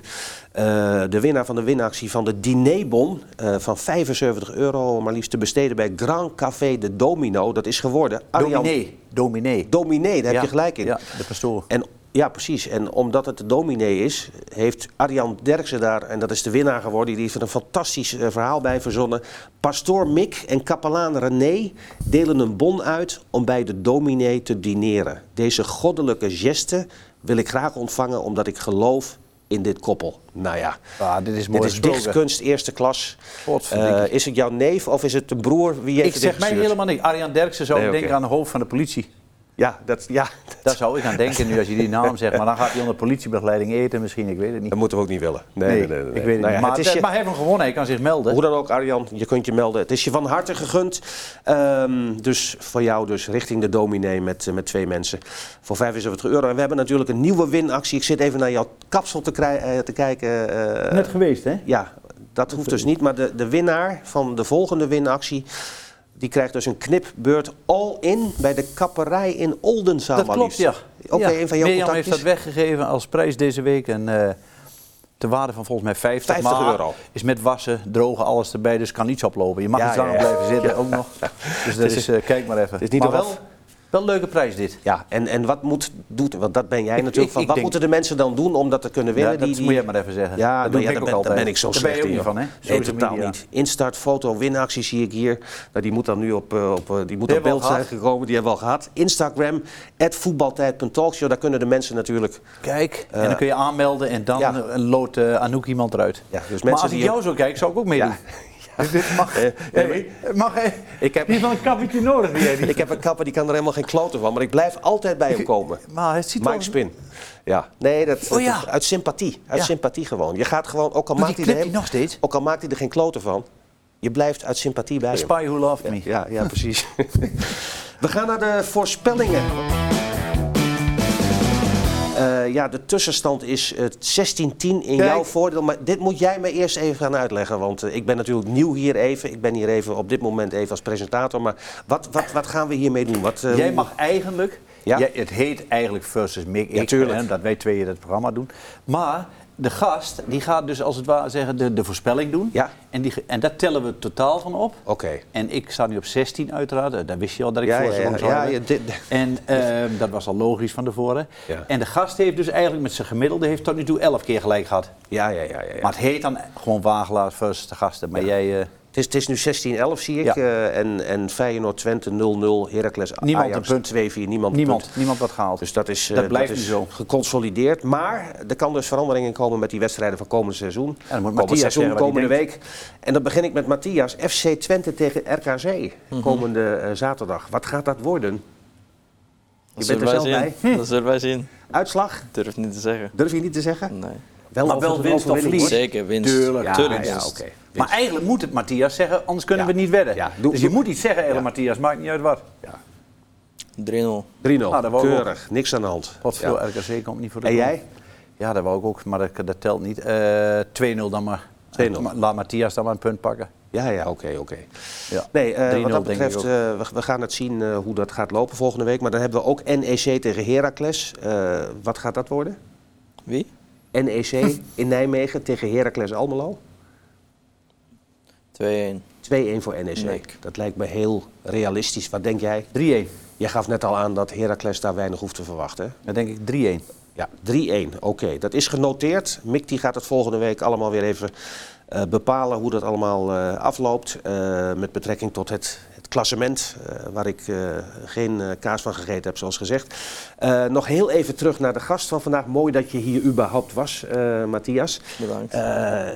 Eh, de winnaar van de winactie van de dinerbon eh, van 75 euro, maar liefst te besteden bij Grand Café de Domino. Dat is geworden Arjan Dominee. Dominee. Dominee, daar Ja, heb je gelijk in. Ja, de pastoor. En, ja, precies. En omdat het de dominee is, heeft Arjan Derksen daar, en dat is de winnaar geworden, die heeft er een fantastisch eh, verhaal bij verzonnen. Pastoor Mick en kapelaan René delen een bon uit om bij de dominee te dineren. Deze goddelijke geste wil ik graag ontvangen omdat ik geloof in dit koppel. Nou ja, Ah, dit is mooi dit is gesproken. dichtkunst eerste klas. Godverdikkie. Eh, is het jouw neef of is het de broer? Wie heeft Ik het zeg mij ingestuurd? helemaal niks. Arjan Derksen zou Nee, denken oké. aan de hoofd van de politie. Ja, dat, ja, Daar zou ik aan denken nu als je die naam zegt. Maar dan gaat hij onder politiebegeleiding eten misschien, ik weet het niet. dat moeten we ook niet willen. Nee, Nee, nee, nee, nee. ik weet het Nou ja, niet. Maar, het is het- je- maar hij heeft hem gewonnen, hij kan zich melden. Hoe dan ook, Arjan, je kunt je melden. Het is je van harte gegund. Ehm, dus van jou dus richting de dominee met, eh, met twee mensen. Voor 75 euro. En we hebben natuurlijk een nieuwe winactie. Ik zit even naar jouw kapsel te, krij- eh, te kijken. eh, Net geweest, hè? ja, dat hoeft dus niet. Maar de, de winnaar van de volgende winactie... die krijgt dus een knipbeurt all-in bij de kapperij in Oldenzaal. Dat maar klopt, ja. liefst. Ook bij een van jouw Mirjam heeft contactjes? dat weggegeven als prijs deze week. En, eh, de waarde van volgens mij 50, 50 maar euro. is met wassen, drogen, alles erbij. Dus kan niets oplopen. Je mag Ja, niet langer ja, ja. blijven zitten ook nog. Dus dat is, eh, kijk maar even. is niet maar nog wel, af. wel een leuke prijs dit. Ja, en, en wat moet, doet, want dat ben jij Ik- natuurlijk ik- van, ik wat denk- moeten de mensen dan doen om dat te kunnen Ja, winnen? dat Die- die- moet je maar even zeggen. Ja, nou dat doe ja, ik daar ook ben, altijd. daar ben ik zo Daar slecht ben je ook in, niet van, hè? joh. Nee, Social totaal media. niet. Instart, foto, winactie zie ik hier. Nou, die moet dan nu op, eh, op, eh, die moet Die op hebben we al beeld zijn gehad. gekomen. Die hebben we al gehad. Instagram, voetbaltijd.talkshow. Daar kunnen de mensen natuurlijk... Kijk, eh, en dan kun je aanmelden en dan ja. eh, loodt eh, Anouk iemand eruit. Ja, dus maar mensen als ik die- jou zo kijk, zou ik ook meedoen. Dus dit mag. nee, mag eh, Ik heb, die is wel een kappetje nodig. Die, die. ik heb een kapper, die kan er helemaal geen kloten van. Maar ik blijf altijd bij hem komen. Maar het ziet er Mike Spin. Ja, nee, dat, dat Oh ja. is uit sympathie. Uit Ja. sympathie gewoon. Je gaat gewoon, ook al, Doet maakt Dus die hij, er clip die nou- heel- nog steeds? ook al maakt hij er geen kloten van, je blijft uit sympathie bij The hem. Spy Who Loved Me. Ja, ja precies. We gaan naar de voorspellingen. Eh, ja, de tussenstand is eh, 16-10 in jouw voordeel. Maar dit moet jij me eerst even gaan uitleggen. Want eh, ik ben natuurlijk nieuw hier even. Ik ben hier even op dit moment even als presentator. Maar wat, wat, wat gaan we hiermee doen? Wat, eh, Jij hoe- mag eigenlijk, Ja. jij- het heet eigenlijk versus Mick. Ja, Ik, tuurlijk. hè, dat wij tweeën dat programma doen. Maar de gast, die gaat dus als het ware zeggen de, de voorspelling doen. Ja. En, die, ge- en daar tellen we het totaal van op. Oké. En ik sta nu op 16 uiteraard. Eh, Dat wist je al dat ik Ja, voor ja, zo'n ja. zou Ja, hebben. ja, dit- En ehm, dat was al logisch van tevoren. Ja. En de gast heeft dus eigenlijk met zijn gemiddelde heeft tot nu toe 11 keer gelijk gehad. Ja, ja, ja. ja, ja. Maar het heet dan gewoon Wagelaar versus de gasten. Maar jij... eh, Het is, het is nu 16-11 zie ik. Ja. eh, en, en Feyenoord Twente 0-0, Heracles Niemand Ajax een 2-4, punt. niemand, een Niemand, punt. niemand wat gehaald. Dus dat is, eh, Dat blijft is nu zo. geconsolideerd. Maar er kan dus verandering in komen met die wedstrijden van komend seizoen. dan moet komend Matthias seizoen, zeggen wat hij komende week. En dan begin ik met Matthias. FC Twente tegen RKC Mhm. komende eh, zaterdag. Wat gaat dat worden? Je bent er zelf bij. zien. Dat zullen wij zien. Uitslag? Durf niet te zeggen. Durf je niet te zeggen? Nee. Wel Maar over- wel winst of overwinning, verlies? hoor. Zeker winst. Tuurlijk. Ja, Tuurlijk ja, winst. oké. Maar eigenlijk moet het Matthias zeggen, anders kunnen Ja. we niet wedden. Ja, doe- dus je doe- moet iets zeggen, Ja. eigenlijk, Matthias, maakt niet uit wat. 3-0. 3-0. Ah, daar wou ik op. Keurig. Niks aan de hand. Wat Ja. veel RKC komt niet voor de En goal. jij? Ja, dat wou ik ook, maar dat, dat telt niet. Eh, 2-0 dan maar. 2-0. Ma- Laat Matthias dan maar een punt pakken. Ja, ja, oké, oké. Ja. Nee, eh, 3-0 wat dat denk betreft, ik ook. eh, we, we gaan het zien eh, hoe dat gaat lopen volgende week. Maar dan hebben we ook NEC tegen Heracles. Eh, wat gaat dat worden? Wie? NEC in Nijmegen tegen Heracles Almelo. 2-1. 2-1 voor NEC. Nee. Dat lijkt me heel realistisch. Wat denk jij? 3-1. Jij gaf net al aan dat Heracles daar weinig hoeft te verwachten. hè? Dan denk ik 3-1. Ja, 3-1. Oké, dat is genoteerd. Mick die gaat het volgende week allemaal weer even eh, bepalen hoe dat allemaal eh, afloopt. eh, met betrekking tot het, het klassement, eh, waar ik eh, geen eh, kaas van gegeten heb, zoals gezegd. Eh, nog heel even terug naar de gast van vandaag. Mooi dat je hier überhaupt was, eh, Matthias. Bedankt. Eh,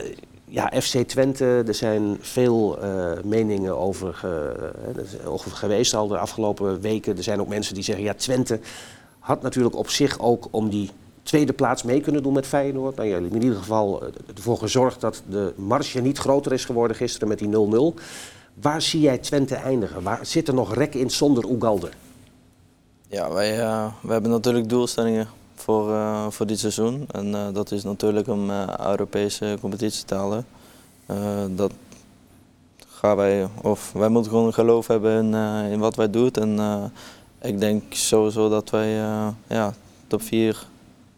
ja, FC Twente, er zijn veel eh, meningen over, ge- eh, over geweest al de afgelopen weken. Er zijn ook mensen die zeggen, ja, Twente had natuurlijk op zich ook om die tweede plaats mee kunnen doen met Feyenoord. Nou, jullie hebben in ieder geval eh, ervoor gezorgd dat de marge niet groter is geworden gisteren met die 0-0. Waar zie jij Twente eindigen? Waar zit er nog rek in zonder Oegalde? Ja, wij, eh, we hebben natuurlijk doelstellingen voor, eh, voor dit seizoen. En eh, dat is natuurlijk om eh, Europese competitie te halen. Eh, dat gaan wij, of wij moeten gewoon geloof hebben in, eh, in wat wij doen. En eh, ik denk sowieso dat wij eh, ja, top 4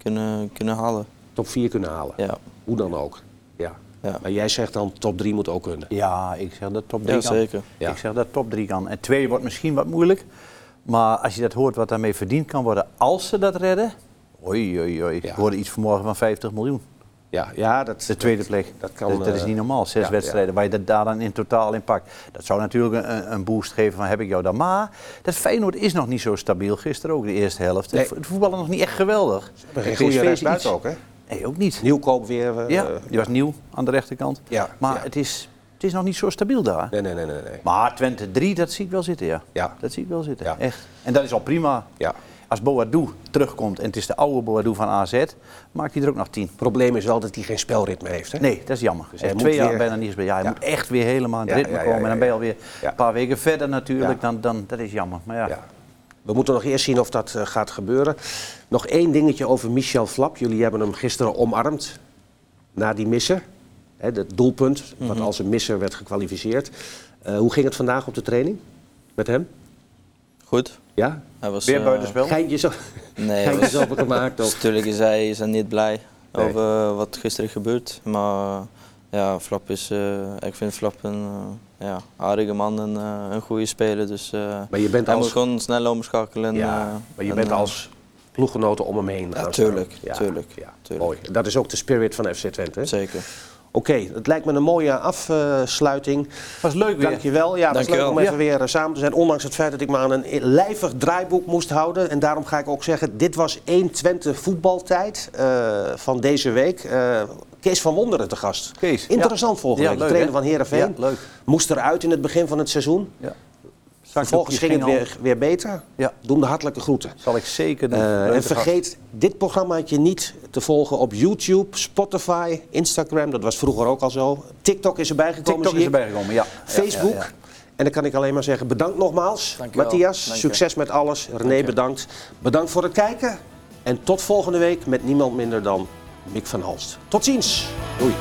kunnen, kunnen halen. Top 4 kunnen halen, Ja, hoe dan ook. Ja. ja. Maar jij zegt dan top 3 moet ook kunnen. Ja, ik zeg dat top 3 ja kan. zeker. Ja. Ik zeg dat top 3 kan. En 2 wordt misschien wat moeilijk. Maar als je dat hoort wat daarmee verdiend kan worden, als ze dat redden. Oei, oei, oei. Ja. Ik hoorde iets vanmorgen van 50 miljoen. Ja, ja dat, De tweede plek. dat kan, dat, dat is eh, niet normaal, zes ja, wedstrijden waar je dat daar dan in totaal in pakt. Dat zou natuurlijk een, een boost geven van heb ik jou dan. Maar dat Feyenoord is nog niet zo stabiel gisteren ook de eerste helft. Nee. Het vo- Het voetballen nog niet echt geweldig. hebben geen En goede PSV is rechtsbuiten iets- ook, hè? Nee, ook niet. Nieuwkoop weer. eh, Ja, eh, die was nieuw aan de rechterkant. Ja, maar ja. het is Het is nog niet zo stabiel daar. Nee, nee, nee, nee. nee. Maar Twente 3, dat zie ik wel zitten, ja. Ja. Dat zie ik wel zitten, Ja. echt. En dat is al prima. Ja. Als Boadou terugkomt en het is de oude Boadou van AZ, maakt hij er ook nog 10. Het probleem is wel dat hij geen spelritme heeft. Hè? Nee, dat is jammer. Hij hij heeft moet twee jaar weer- bijna niets bij. Ja, hij Ja. moet echt weer helemaal in het Ja, ritme ja, ja, komen. En ja, dan ben je ja. alweer Ja. een paar weken verder natuurlijk. Ja. Dan, dan, dat is jammer. Maar ja. Ja. We moeten nog eerst zien of dat eh, gaat gebeuren. Nog één dingetje over Michel Flap. Jullie hebben hem gisteren omarmd na die misser. Hè, dat doelpunt, wat als een misser werd gekwalificeerd. Eh, hoe ging het vandaag op de training met hem? Goed. Ja? Hij was, Weer eh, buitenspel. Geintje zo, Nee, hij geintjes was, open gemaakt? dus Of? natuurlijk is hij, is hij niet blij Nee. over eh, wat gisteren gebeurt. Maar ja, Flap is, eh, ik vind Flap een eh, ja, aardige man en eh, een goede speler. Dus eh, Maar je bent hij moet als, gewoon snel omschakelen. eh, ja, maar je en, bent eh, als ploeggenoten om hem heen. Ja, gaan tuurlijk, staan. Ja, tuurlijk, ja, tuurlijk. Mooi. Dat is ook de spirit van FC Twente. hè? eh, Zeker. Oké, het lijkt me een mooie afsluiting. Was leuk weer. Dankjewel. Ja, het was leuk Dankjewel. om even weer eh, samen te zijn. Ondanks het feit dat ik me aan een lijvig draaiboek moest houden. En daarom ga ik ook zeggen, dit was 1 Twente voetbaltijd eh, van deze week. Eh, Kees van Wonderen te gast. Kees, Interessant volgende Ja, week. leuk, trainer hè? van Heerenveen. Ja, leuk. Moest eruit in het begin van het seizoen. Ja. Vervolgens ging het weer, weer beter. Ja. Doe hem de hartelijke groeten. Zal ik zeker doen. Eh, Leuke en gast. vergeet dit programmaatje niet te volgen op YouTube, Spotify, Instagram. Dat was vroeger ook al zo. TikTok is erbij gekomen. TikTok zie is ik. erbij gekomen, ja. Facebook. Ja, ja, En dan kan ik alleen maar zeggen bedankt nogmaals. Dank u wel. Matthias, Dank u. succes met alles. René, bedankt. Bedankt voor het kijken. En tot volgende week met niemand minder dan Mick van Halst. Tot ziens. Doei.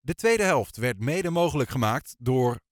De tweede helft werd mede mogelijk gemaakt door